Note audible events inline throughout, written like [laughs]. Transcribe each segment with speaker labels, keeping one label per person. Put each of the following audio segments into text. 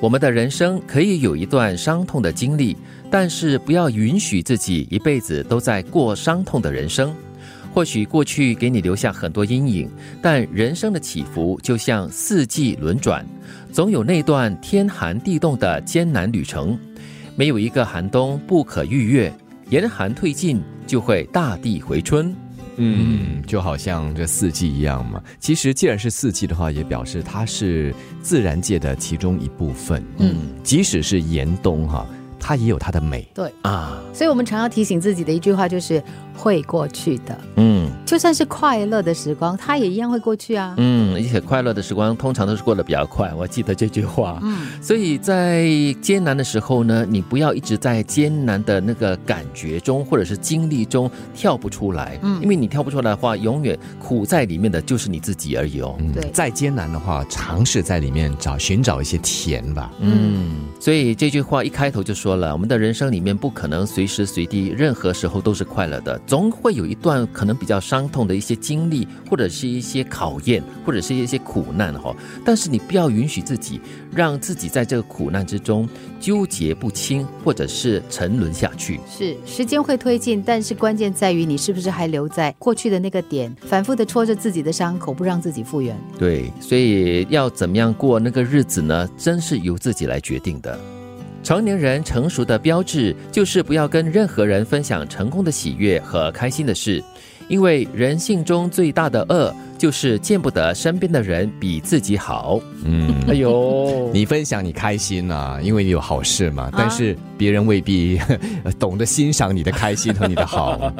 Speaker 1: 我们的人生可以有一段伤痛的经历，但是不要允许自己一辈子都在过伤痛的人生。或许过去给你留下很多阴影，但人生的起伏就像四季轮转，总有那段天寒地冻的艰难旅程。没有一个寒冬不可逾越，严寒退尽就会大地回春。
Speaker 2: 嗯，就好像这四季一样嘛。其实，既然是四季的话，也表示它是自然界的其中一部分。
Speaker 3: 嗯，
Speaker 2: 即使是严冬哈、它也有它的美。
Speaker 3: 对。
Speaker 1: 啊，
Speaker 3: 所以我们常要提醒自己的一句话就是会过去的，
Speaker 1: 嗯
Speaker 3: 就算是快乐的时光，它也一样会过去啊。
Speaker 1: 嗯，而且快乐的时光通常都是过得比较快，我记得这句话。
Speaker 3: 嗯，
Speaker 1: 所以在艰难的时候呢，你不要一直在艰难的那个感觉中或者是经历中跳不出来，
Speaker 3: 嗯
Speaker 1: 因为你跳不出来的话，永远苦在里面的就是你自己而已哦。
Speaker 2: 嗯
Speaker 3: 对
Speaker 2: 再艰难的话，尝试在里面找寻找一些甜吧。
Speaker 1: 嗯，所以这句话一开头就说了，我们的人生里面不可能随时随地、任何时候都是快乐的，总会有一段可能比较伤痛的一些经历，或者是一些考验，或者是一些苦难哈、但是你不要允许自己让自己在这个苦难之中纠结不清，或者是沉沦下去。
Speaker 3: 是时间会推进，但是关键在于你是不是还留在过去的那个点，反复的戳着自己的伤口，不让自己复原。
Speaker 1: 对，所以要怎么样过那个日子呢？真是由自己来决定的。成年人成熟的标志就是不要跟任何人分享成功的喜悦和开心的事，因为人性中最大的恶就是见不得身边的人比自己好。
Speaker 2: 嗯，
Speaker 1: 哎 [laughs] 呦，
Speaker 2: 你分享你开心啊，因为你有好事嘛，但是别人未必呃懂得欣赏你的开心和你的好。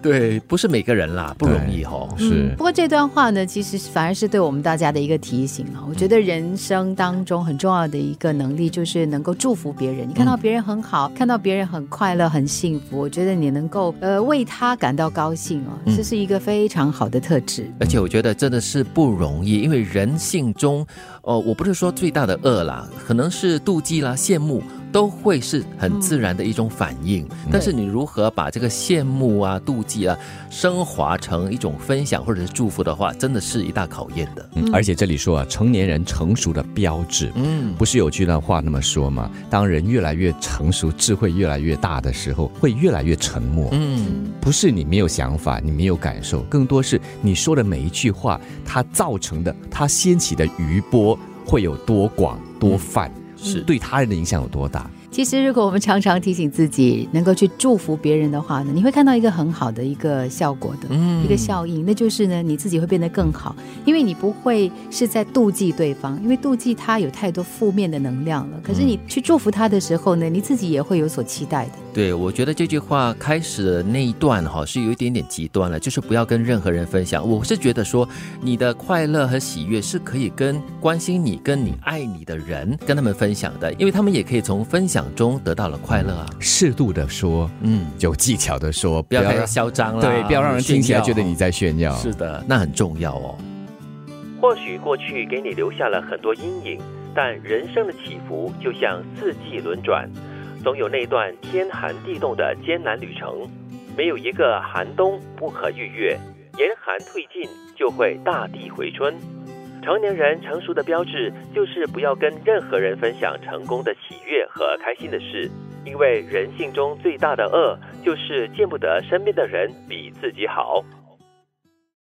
Speaker 1: 对，不是每个人啦，不容易哦。
Speaker 2: 是
Speaker 3: 嗯，不过这段话呢，其实反而是对我们大家的一个提醒啊。我觉
Speaker 1: 嗯
Speaker 3: 得人生当中很重要的一个能力，就是能够祝福别人。你看
Speaker 1: 嗯
Speaker 3: 到别人很好，看到别人很快乐、很幸福，我觉得你能够呃为他感到高兴哦，
Speaker 1: 嗯
Speaker 3: 这是一个非常好的特质。
Speaker 1: 而且我觉得真的是不容易，因为人性中，哦，我不是说最大的恶啦，可能是妒忌啦、羡慕，都会是很自
Speaker 3: 嗯
Speaker 1: 然的一种反应。但是你如何把这个羡慕啊、妒忌啊，升华成一种分享或者是祝福的话，真的是一大考验的。
Speaker 2: 嗯而且这里说啊，成年人成熟的标志，
Speaker 1: 嗯，
Speaker 2: 不是有句那话那么说吗？当人越来越成熟，智慧越来越大的时候，会越来越沉默。
Speaker 1: 嗯，
Speaker 2: 不是你没有想法，你没有感受，更多是你说的每一句话，它造成的，它掀起的余波会有多广多泛，
Speaker 1: 嗯是
Speaker 2: 对他人的影响有多大？
Speaker 3: 其实，如果我们常常提醒自己能够去祝福别人的话呢，你会看到一个很好的一个效果的，
Speaker 1: 嗯
Speaker 3: 一个效应，那就是呢，你自己会变得更好，因为你不会是在妒忌对方，因为妒忌他有太多负面的能量了。可是你去祝福他的时候呢，你自己也会有所期待的。
Speaker 1: 对，我觉得这句话开始的那一段哈、是有一点点极端了，就是不要跟任何人分享。我是觉得说，你的快乐和喜悦是可以跟关心你、跟你爱你的人跟他们分享的，因为他们也可以从分享中得到了快乐啊。
Speaker 2: 适度的说，
Speaker 1: 嗯，
Speaker 2: 有技巧的说，
Speaker 1: 不要
Speaker 2: 让
Speaker 1: 太嚣张了，
Speaker 2: 对，不要让人听起来觉得
Speaker 1: 炫耀
Speaker 2: 你在炫耀。
Speaker 1: 是的，那很重要哦。或许过去给你留下了很多阴影，但人生的起伏就像四季轮转，总有那段天寒地冻的艰难旅程。没有一个寒冬不可逾越，严寒退尽就会大地回春。成年人成熟的标志就是不要跟任何人分享成功的喜悦和开心的事，因为人性中最大的恶就是见不得身边的人比自己好。